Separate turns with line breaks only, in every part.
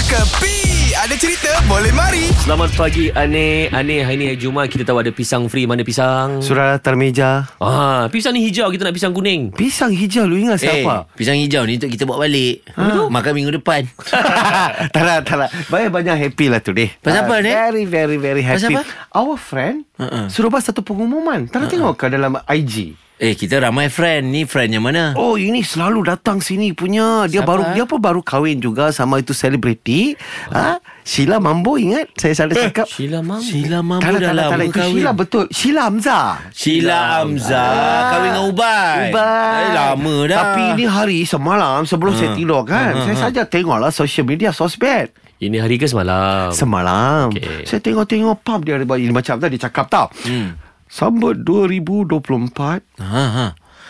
Kepi Ada cerita boleh mari
Selamat pagi Aneh Aneh hari ni hari Jumaat Kita tahu ada pisang free Mana pisang
Surah Tarmeja
ah, Pisang ni hijau Kita nak pisang kuning
Pisang hijau Lu ingat
Eh,
siapa?
pisang hijau ni untuk kita bawa balik. Ha? Makan minggu depan.
tak nak tak nak Banyak-banyak happy lah today Ah,
Pasal apa, Nek?
Very very very happy
Pasal apa?
Our friend
Uh-uh.
Suruh buat satu pengumuman Tak nak tengok ke dalam IG
eh, kita ramai friend. Ni friend yang mana?
Oh ini selalu datang sini punya Dia
Siapa?
baru Dia pun baru kahwin juga Sama itu selebriti ha? Sheila Mambo ingat Saya salah cakap
Sheila Mambo.
Eh, Sheila Mambo
Tak nak, tak nak,
dalam
tak nak. Itu
kahwin.
Sheila betul Sheila Hamzah
Sheila Amza
Ah.
Kahwin dengan Ubai
Ubat.
eh, Lama dah Ah.
Tapi ini hari semalam sebelum saya tidur kan, saya saja tengoklah social media sosmed.
Ini hari ke semalam
Semalam
Okey.
okay. Saya tengok-tengok Pam dia ada buat ini Macam tadi cakap tau hmm. Sambut 2024
ha, ha.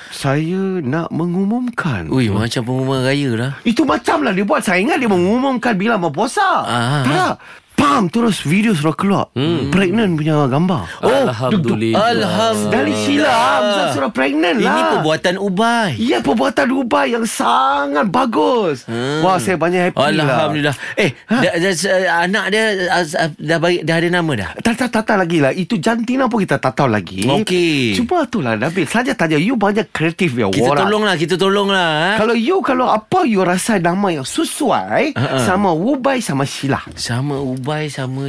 Saya nak mengumumkan
Ui macam pengumuman raya lah
Itu macam lah dia buat Saya ingat dia mengumumkan Bila mau puasa
Ah.
Tak lah Pam terus video sudah keluar hmm. Pregnant punya gambar Oh,
Alhamdulillah
Oh. Alhamdulillah.
Dari Sheila Hamzah sudah pregnant lah
Ini perbuatan Ubai
Ya perbuatan Dubai yang sangat bagus hmm. Wah saya banyak happy lah
Alhamdulillah Eh ha? dah, dah, eh, Anak dia ah, ah, dah, bagi, dah ada nama dah
Tak tak tak, tak lagi lah Itu jantina pun kita tak tahu lagi
Okey.
Cuma tu lah Nabil Saja tanya You banyak kreatif ya
Kita
orang.
tolonglah Kita tolonglah ha?
Kalau you Kalau apa you rasa Nama yang sesuai
Ha-ha.
Sama Wubai Sama Sheila
Sama Ubai Sama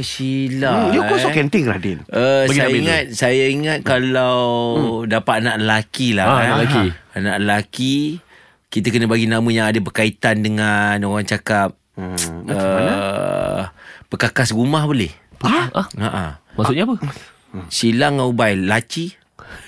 hmm,
Sheila
You kosong
eh.
kenting Radin
Uh,
Bagi
saya
Nabil dulu.
ingat saya ingat kalau hmm. dapat anak lelaki lah
Ah,
kan.
anak lelaki.
Anak lelaki kita kena bagi nama yang ada berkaitan dengan orang cakap hmm, uh, perkakas rumah boleh.
Ha?
Ha ah.
Maksudnya apa? Hmm.
Sila dengan Ubai laci.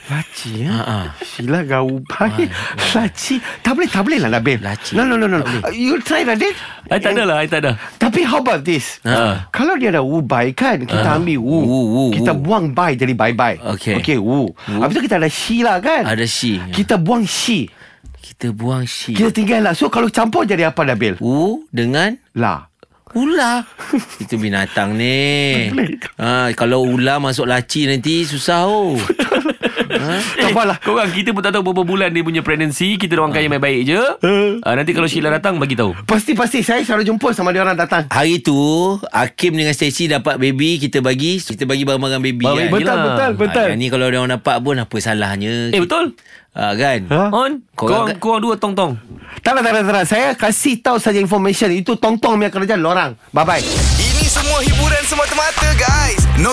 Laci
Ha
ya
ah.
Sheila dengan Wubai Laci Tak boleh Tak boleh lah Nabil
ya. Laci.
No no no, no. You try Radin
I tak ada lah I tak ada
Tapi how about this?
Ha. Ah.
Kalau dia ada wu bai kan, kita ambil wu.
Wu, wu,
kita
wu.
buang bai jadi bye bye.
Okey.
Okay, wu. Habis tu kita ada shi lah kan?
Ada si. Kita,
Kita buang shi.
kita buang si.
Kita tinggal lah. So kalau campur jadi apa Nabil?
U dengan
Lah.
ular. Itu binatang ni.
Pelik.
Ha, kalau ular masuk laci nanti susah oh. Ha? Eh.
Tak apalah.
Korang kita pun tak tahu Berapa bulan dia punya pregnancy Kita doakan yang baik-baik je Ah, Nanti kalau Sheila datang Bagi tahu
Pasti-pasti saya selalu jumpa sama dia orang datang.
Hari tu Hakim dengan Stacy dapat baby Kita bagi Kita bagi barang-barang baby
Barang baby
kan
Yelah.
Ha, yang ni kalau orang dapat pun Apa salahnya
Eh betul
ha, Kan
Ha?
On Korang,
Korang-
korang dua tong-tong
Tak lah, tak lah, tak lah. Saya kasih tahu saja information. Itu tong-tong punya kerja lorang. Bye-bye.
Ini semua hiburan semata-mata guys No